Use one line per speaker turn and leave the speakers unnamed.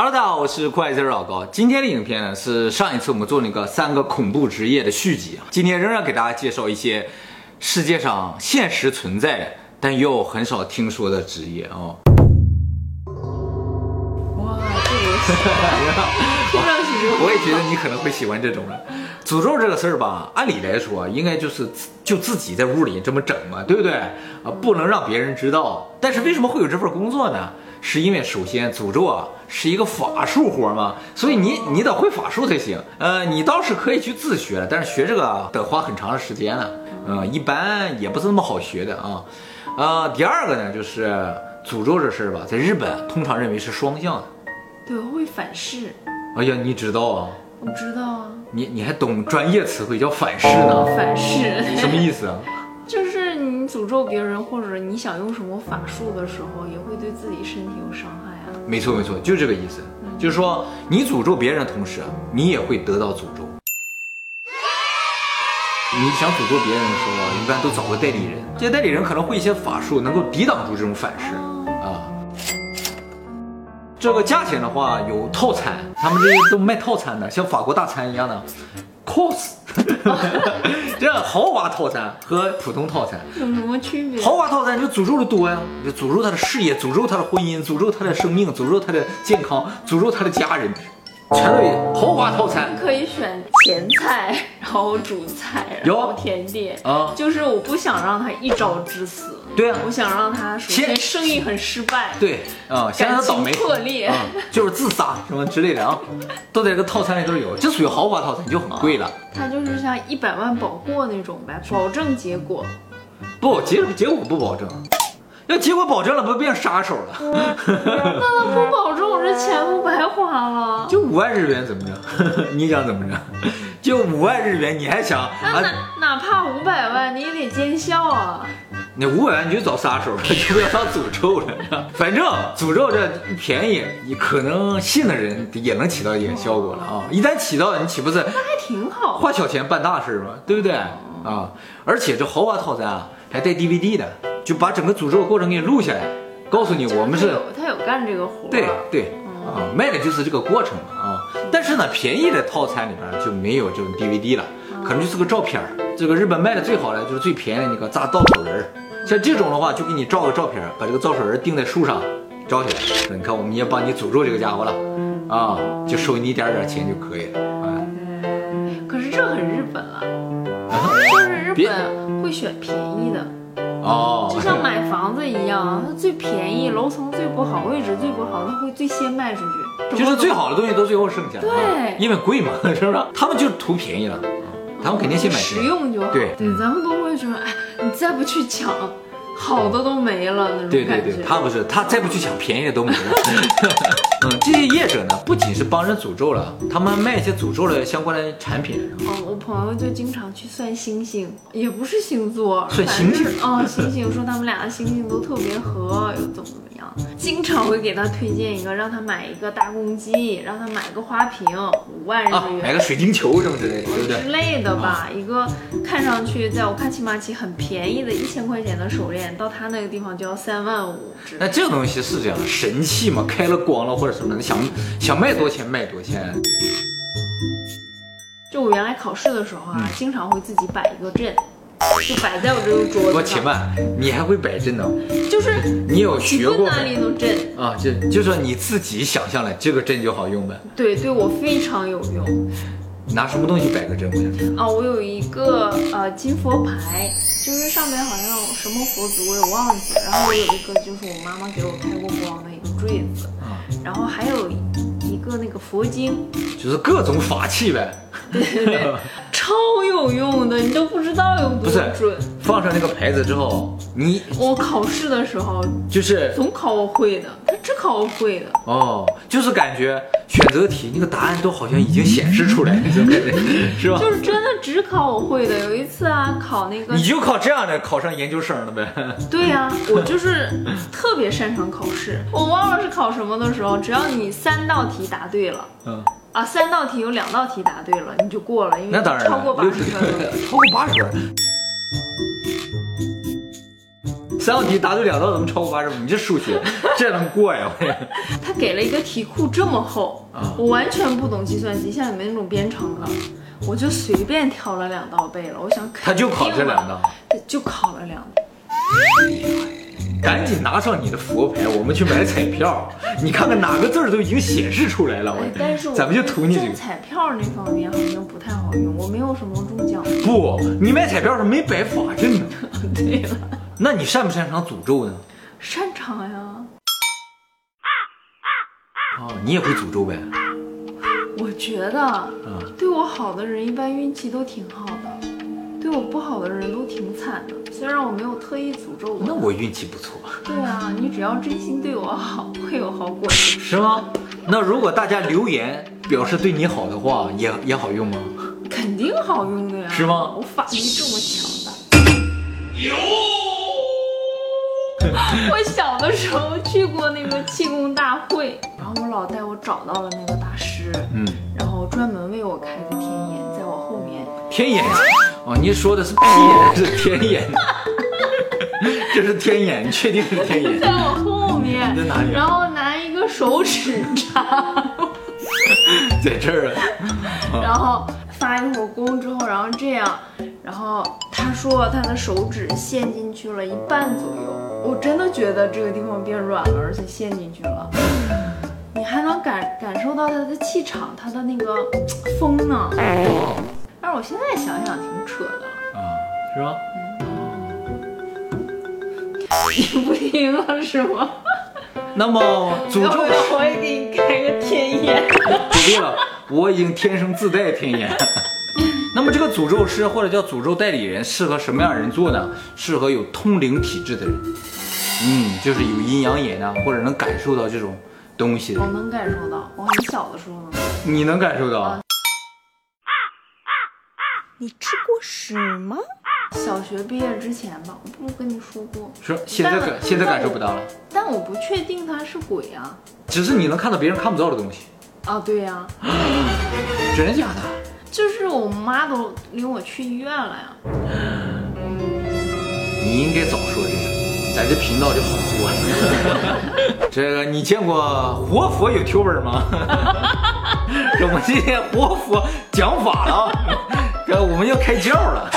Hello，大家好，我是酷爱 Zero 老高。今天的影片呢是上一次我们做那个三个恐怖职业的续集啊，今天仍然给大家介绍一些世界上现实存在的但又很少听说的职业哦。
哇，这个游戏听上去就
我也觉得你可能会喜欢这种人。诅咒这个事儿吧，按理来说啊应该就是自就自己在屋里这么整嘛，对不对？啊，不能让别人知道。但是为什么会有这份工作呢？是因为首先诅咒啊是一个法术活嘛，所以你你得会法术才行。呃，你倒是可以去自学，但是学这个得花很长的时间了，嗯、一般也不是那么好学的啊。呃，第二个呢，就是诅咒这事儿吧，在日本通常认为是双向的。
对会反噬，
哎呀，你知道啊？
我知道啊，
你你还懂专业词汇叫反噬呢？
反噬
什么意思啊？
就是你诅咒别人或者你想用什么法术的时候，也会对自己身体有伤害啊。
没错没错，就这个意思。就是说，你诅咒别人的同时，你也会得到诅咒。你想诅咒别人的时候啊，一般都找个代理人，这些代理人可能会一些法术，能够抵挡住这种反噬啊。这个价钱的话，有套餐，他们这些都卖套餐的，像法国大餐一样的 cos，这豪华套餐和普通套餐。
有什么区别？
豪华套餐就诅咒的多呀，你就诅咒他的事业，诅咒他的婚姻，诅咒他的生命，诅咒他的健康，诅咒他的家人，全都有豪华套餐。
可以选前菜，然后主菜，然
有
后甜点
啊
就是我不想让他一招致死，
对啊
我想让他首先
先
生意很失败，，
对啊，先让
感
他倒
情
霉
破裂
啊，，就是自杀什么之类的啊，都在这个套餐里都有，这属于豪华套餐，就很贵了。
他就是像一百万保过那种呗，保证结果。
嗯不，结结果不保证，要结果保证了，不变杀手了？
那他不保证我这钱不白花了。
就五万日元怎么着？ 你想怎么着？就五万日元，你还想
那
啊？
哪哪怕五百万，你也得见效啊！
那五百万你就找杀手了， 就不要当诅咒了。反正诅咒这一便宜，你可能信的人也能起到一个效果了啊！一旦起到，你岂不是
还挺好。
花小钱办大事吗？对不对啊？而且这豪华套餐啊，还带 DVD 的，就把整个诅咒过程给你录下来，告诉你我们
他
是
有他有干这个活儿，
对对啊，卖的就是这个过程嘛啊。但是呢，便宜的套餐里边就没有这种 DVD 了，可能就是个照片儿。这个日本卖的最好的就是最便宜的那个炸稻草人儿，像这种的话，就给你照个照片儿，把这个稻草人儿钉在树上，照起来。你看，我们也帮你诅咒这个家伙了
嗯
啊，就收你一点点钱就可以了啊。
可是这很日本啊，就是日
别
本会选便宜的，
哦，
就像买房子一样，它最便宜，楼层最不好，位置最不好，它会最先卖出去。
就是最好的东西都最后剩下，啊
对
因为贵嘛， 是不是？他们就是图便宜了，啊他们肯定先买便宜
实用就好。嗯
对
咱们都会觉得，哎，你再不去抢，好的都没了那
对对
种感觉。
对，他不是，他再不去抢便宜的都没了。 嗯，这些业者呢，不仅是帮人诅咒了，他们还卖一些诅咒的相关的产品。
哦，我朋友就经常去算星星，也不是星座，
算星星
反正哦，星星说他们俩的星星都特别合，又怎么怎么样，经常会给他推荐一个，让他买一个大公鸡，让他买个花瓶，五万日
啊，买
元。
个水晶球什么之类的，对不对啊
之？类的吧，一个看上去在我看奇玛奇很便宜的一千块钱的手链，到他那个地方就要三万五之类的。
那这个东西是这样，神器嘛，开了光了或者什么的，想想卖多钱卖多钱。
就我原来考试的时候啊，
嗯
经常会自己摆一个阵，就摆在我这个桌子上。
我且慢，你还会摆阵呢？
就是
你有学过
你哪
吗
里能阵？
啊，就就说你自己想象了这个阵就好用呗，
对，对我非常有用
拿什么东西摆个阵呗？
啊！我有一个呃金佛牌，就是上面好像有什么佛祖我也忘记了，然后我有一个就是我妈妈给我开过光的一个坠子，
啊，
然后还有一个那个佛经，
就是各种法器呗。
超有用的，你都不知道有
不
多
是
准。
放上那个牌子之后，你
我考试的时候
就是
总考我会的，他只考我会的，
哦，就是感觉选择题那个答案都好像已经显示出来了，就感觉是吧？
嗯就是真的只考我会的。有一次啊，考那个
你就靠这样的考上研究生了呗？
对呀、我就是特别擅长考试。我忘了是考什么的时候，只要你三道题答对了
嗯，
啊，三道题有两道题答对了，你就过了，因为
那当然了，
超过八
六
十
十
分了。
超过八十分。三道题答对两道，怎么超过八十分？你这数学这能啊过 呀？我天
他给了一个题库这么厚
啊，
我完全不懂计算机，像你们那种编程的，我就随便挑了两道背了。我想
他
肯定
就考这两道
了，，对就考了两道。
赶紧拿上你的佛牌，我们去买彩票。你看看哪个字儿都已经显示出来了，
哎
我，
但是我
咱们就图你这
中
个。
彩票那方面好像不太好用，我没有什么中奖。
不，你买彩票是没摆法阵呢。
对了，
那你擅不擅长诅咒呢？
擅长呀，
啊，你也会诅咒呗？
我觉得
啊，
对我好的人一般运气都挺好的，对我不好的人都挺惨的。虽然我没有特意诅咒我，
那我运气不错，
对啊，你只要真心对我好，会有好果子。
是吗？那如果大家留言表示对你好的话，也也好用吗？
肯定好用的呀，
是吗
我法力这么强大。 我小的时候去过那个气功大会，然后我老带我找到了那个大师，
嗯，
然后专门为我开个天眼，在我后面。
天眼，哦，你说的是屁眼，是天眼， 这是天眼，你确定是天
在
眼？
我后 面，
你在哪里
然后拿一个手指插，
在这儿啊，
然后发一会儿功之后，然后这样，然后他说他的手指陷进去了一半左右，我真的觉得这个地方变软了，而且陷进去了。 你还能感感受到他的气场，他的那个嘖风呢。但是我现在想想挺扯的，
哦 啊，是吗？
你不听了是 吗？
那么诅
要不
咒
然我也给你开个天 眼。
不必了，我已经天生自带天眼。 那么这个诅咒师或者叫诅咒代理人适合什么样的人做呢？适合有通灵体质的人，嗯，就是有阴阳眼啊，或者能感受到这种东西的
我
人。
能感受到，我很小的时候能。
你能感受到？
你吃过屎吗？小学毕业之前吧，我不是跟你说过，
说现在感现在感受不到了，
但我不确定它是鬼啊。
只是你能看到别人看不到的东西。
啊，对呀、
真的假的？
就是我妈都领我去医院了呀。
你应该早说这个，咱这频道就好多了。这个你见过活佛 YouTuber 吗？我们今天活佛讲法了啊，这我们要开窍了。